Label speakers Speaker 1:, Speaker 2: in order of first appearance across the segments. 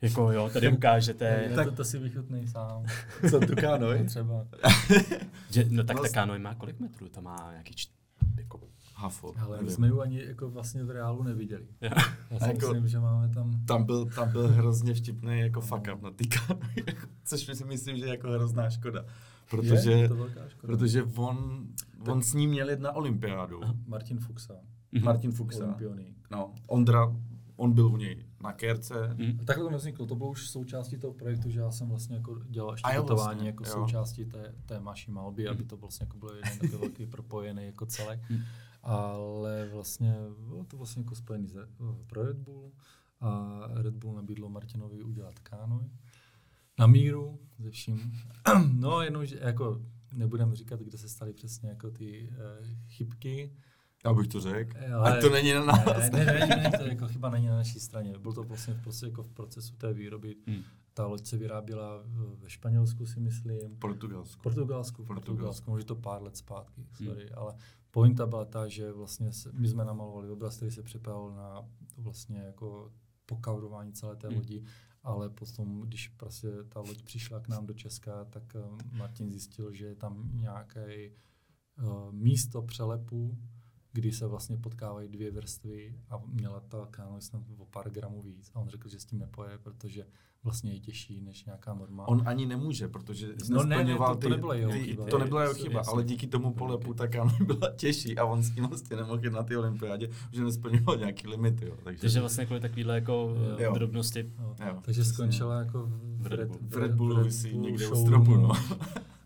Speaker 1: Jako jo, tady
Speaker 2: Eh,
Speaker 1: ukážete.
Speaker 3: tak to, to si vychutnej sám.
Speaker 2: Co, Tukánoj?
Speaker 3: Třeba.
Speaker 1: Že, no tak
Speaker 2: Vlastně.
Speaker 1: ta kanoj má kolik metrů? To má nějaký čt... Jako,
Speaker 2: Hafo.
Speaker 3: Ale my
Speaker 2: nevím.
Speaker 3: jsme ji ani jako vlastně v reálu neviděli.
Speaker 1: jo.
Speaker 3: Já si
Speaker 2: Jako-
Speaker 3: myslím, že máme tam...
Speaker 2: Tam byl, tam byl hrozně vtipný jako fuck up na týka, což si myslím, že je jako hrozná škoda. Protože,
Speaker 3: Je to velká škoda.
Speaker 2: protože on, on s ním měl jít na olympiádu.
Speaker 3: Martin Fuxa,
Speaker 1: Mhm.
Speaker 2: Martin Fuxa.
Speaker 3: olympionik.
Speaker 2: No, Ondra, on byl u něj na kérce.
Speaker 1: Hm.
Speaker 3: A Takhle to nevzniklo, to bylo už součástí toho projektu, že já jsem vlastně jako dělal ještě
Speaker 2: A jo,
Speaker 3: tetování
Speaker 2: vlastně,
Speaker 3: jako
Speaker 2: jo. Mm.
Speaker 3: součástí té, té naší malby, aby to vlastně jako bylo jeden takový velký propojený jako celek. Ale vlastně bylo to vlastně jako spojený ze, pro Red Bull a Red Bull nabídlo Martinovi udělat kánoj na míru ze vším. No jenom, že jako nebudeme říkat, kde se staly přesně jako ty eh, chybky,
Speaker 2: Já bych to řekl.
Speaker 3: Ale-
Speaker 2: Ale... Ať to není na nás.
Speaker 3: ne, ne, ne, ne, to jako chyba není na naší straně. Byl to vlastně prostě jako v procesu té výroby.
Speaker 1: Hmm.
Speaker 3: Ta loď se vyráběla eh, ve Španělsku, si myslím. V
Speaker 2: Portugalsko.
Speaker 3: Portugalsku, v
Speaker 2: Portugalsku.
Speaker 3: Portugalsku, možná to pár let zpátky, sorry, ale pointa byla ta, že vlastně se, my jsme namalovali obraz, který se přepal na vlastně jako pokaurování celé té
Speaker 1: Hmm.
Speaker 3: lodi, ale potom, když prostě ta loď přišla k nám do Česka, tak eh, Martin zjistil, že je tam nějaké eh, místo přelepu, kdy se vlastně potkávají dvě vrstvy a měla ta kánoj snad o pár gramů víc a on řekl, že s tím nepoje, protože vlastně je těžší než nějaká normální.
Speaker 2: On ani nemůže, protože
Speaker 3: No ne, ne,
Speaker 2: nesplňoval
Speaker 3: to- to
Speaker 2: ty-
Speaker 3: nebyla jeho
Speaker 2: ty-
Speaker 3: chyba.
Speaker 2: To nebyla jeho
Speaker 3: Jasně,
Speaker 2: chyba,
Speaker 3: jasně.
Speaker 2: ale díky tomu polepu ta kámo byla těžší a on s tím vlastně nemohl jít na ty olympiádě, že nesplňoval nějaký limity. Jo. Takže,
Speaker 1: Takže vlastně kvůli takovýhle jako eh,
Speaker 2: Jo.
Speaker 1: drobnosti.
Speaker 3: No,
Speaker 2: Jo,
Speaker 3: takže
Speaker 2: přesně.
Speaker 3: skončila jako v,
Speaker 1: Red Bull.
Speaker 2: v Red Bullu vysí
Speaker 3: Bull
Speaker 2: někde u
Speaker 3: showroomu.
Speaker 2: stropu, no.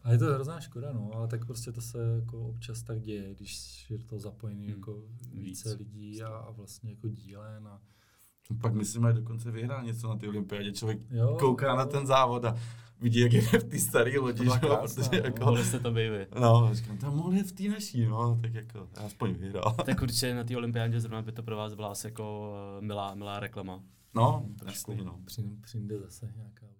Speaker 3: A je to hrozná škoda, no, ale tak prostě to se jako občas tak děje, když je to zapojený
Speaker 1: Hmm.
Speaker 3: jako více
Speaker 1: Víc.
Speaker 3: lidí a, a vlastně jako dílen a
Speaker 2: Pak myslím, že dokonce vyhrál něco na ty olympiádě. Člověk
Speaker 3: jo.
Speaker 2: kouká na ten závod a vidí, jak je v té staré
Speaker 3: To
Speaker 2: lodi,
Speaker 3: byla
Speaker 2: že jo,
Speaker 3: krásná,
Speaker 2: protože
Speaker 3: no.
Speaker 2: jako...
Speaker 1: Mohli jste to být vy.
Speaker 2: No, říkám, tam mohl je v té naší, no, tak jako, já aspoň vyhrál.
Speaker 1: Tak určitě na té olympiádě zrovna by to pro vás byla asi jako eh, milá, milá reklama.
Speaker 2: No, jasný, no.
Speaker 3: Přijde, přijde zase nějaká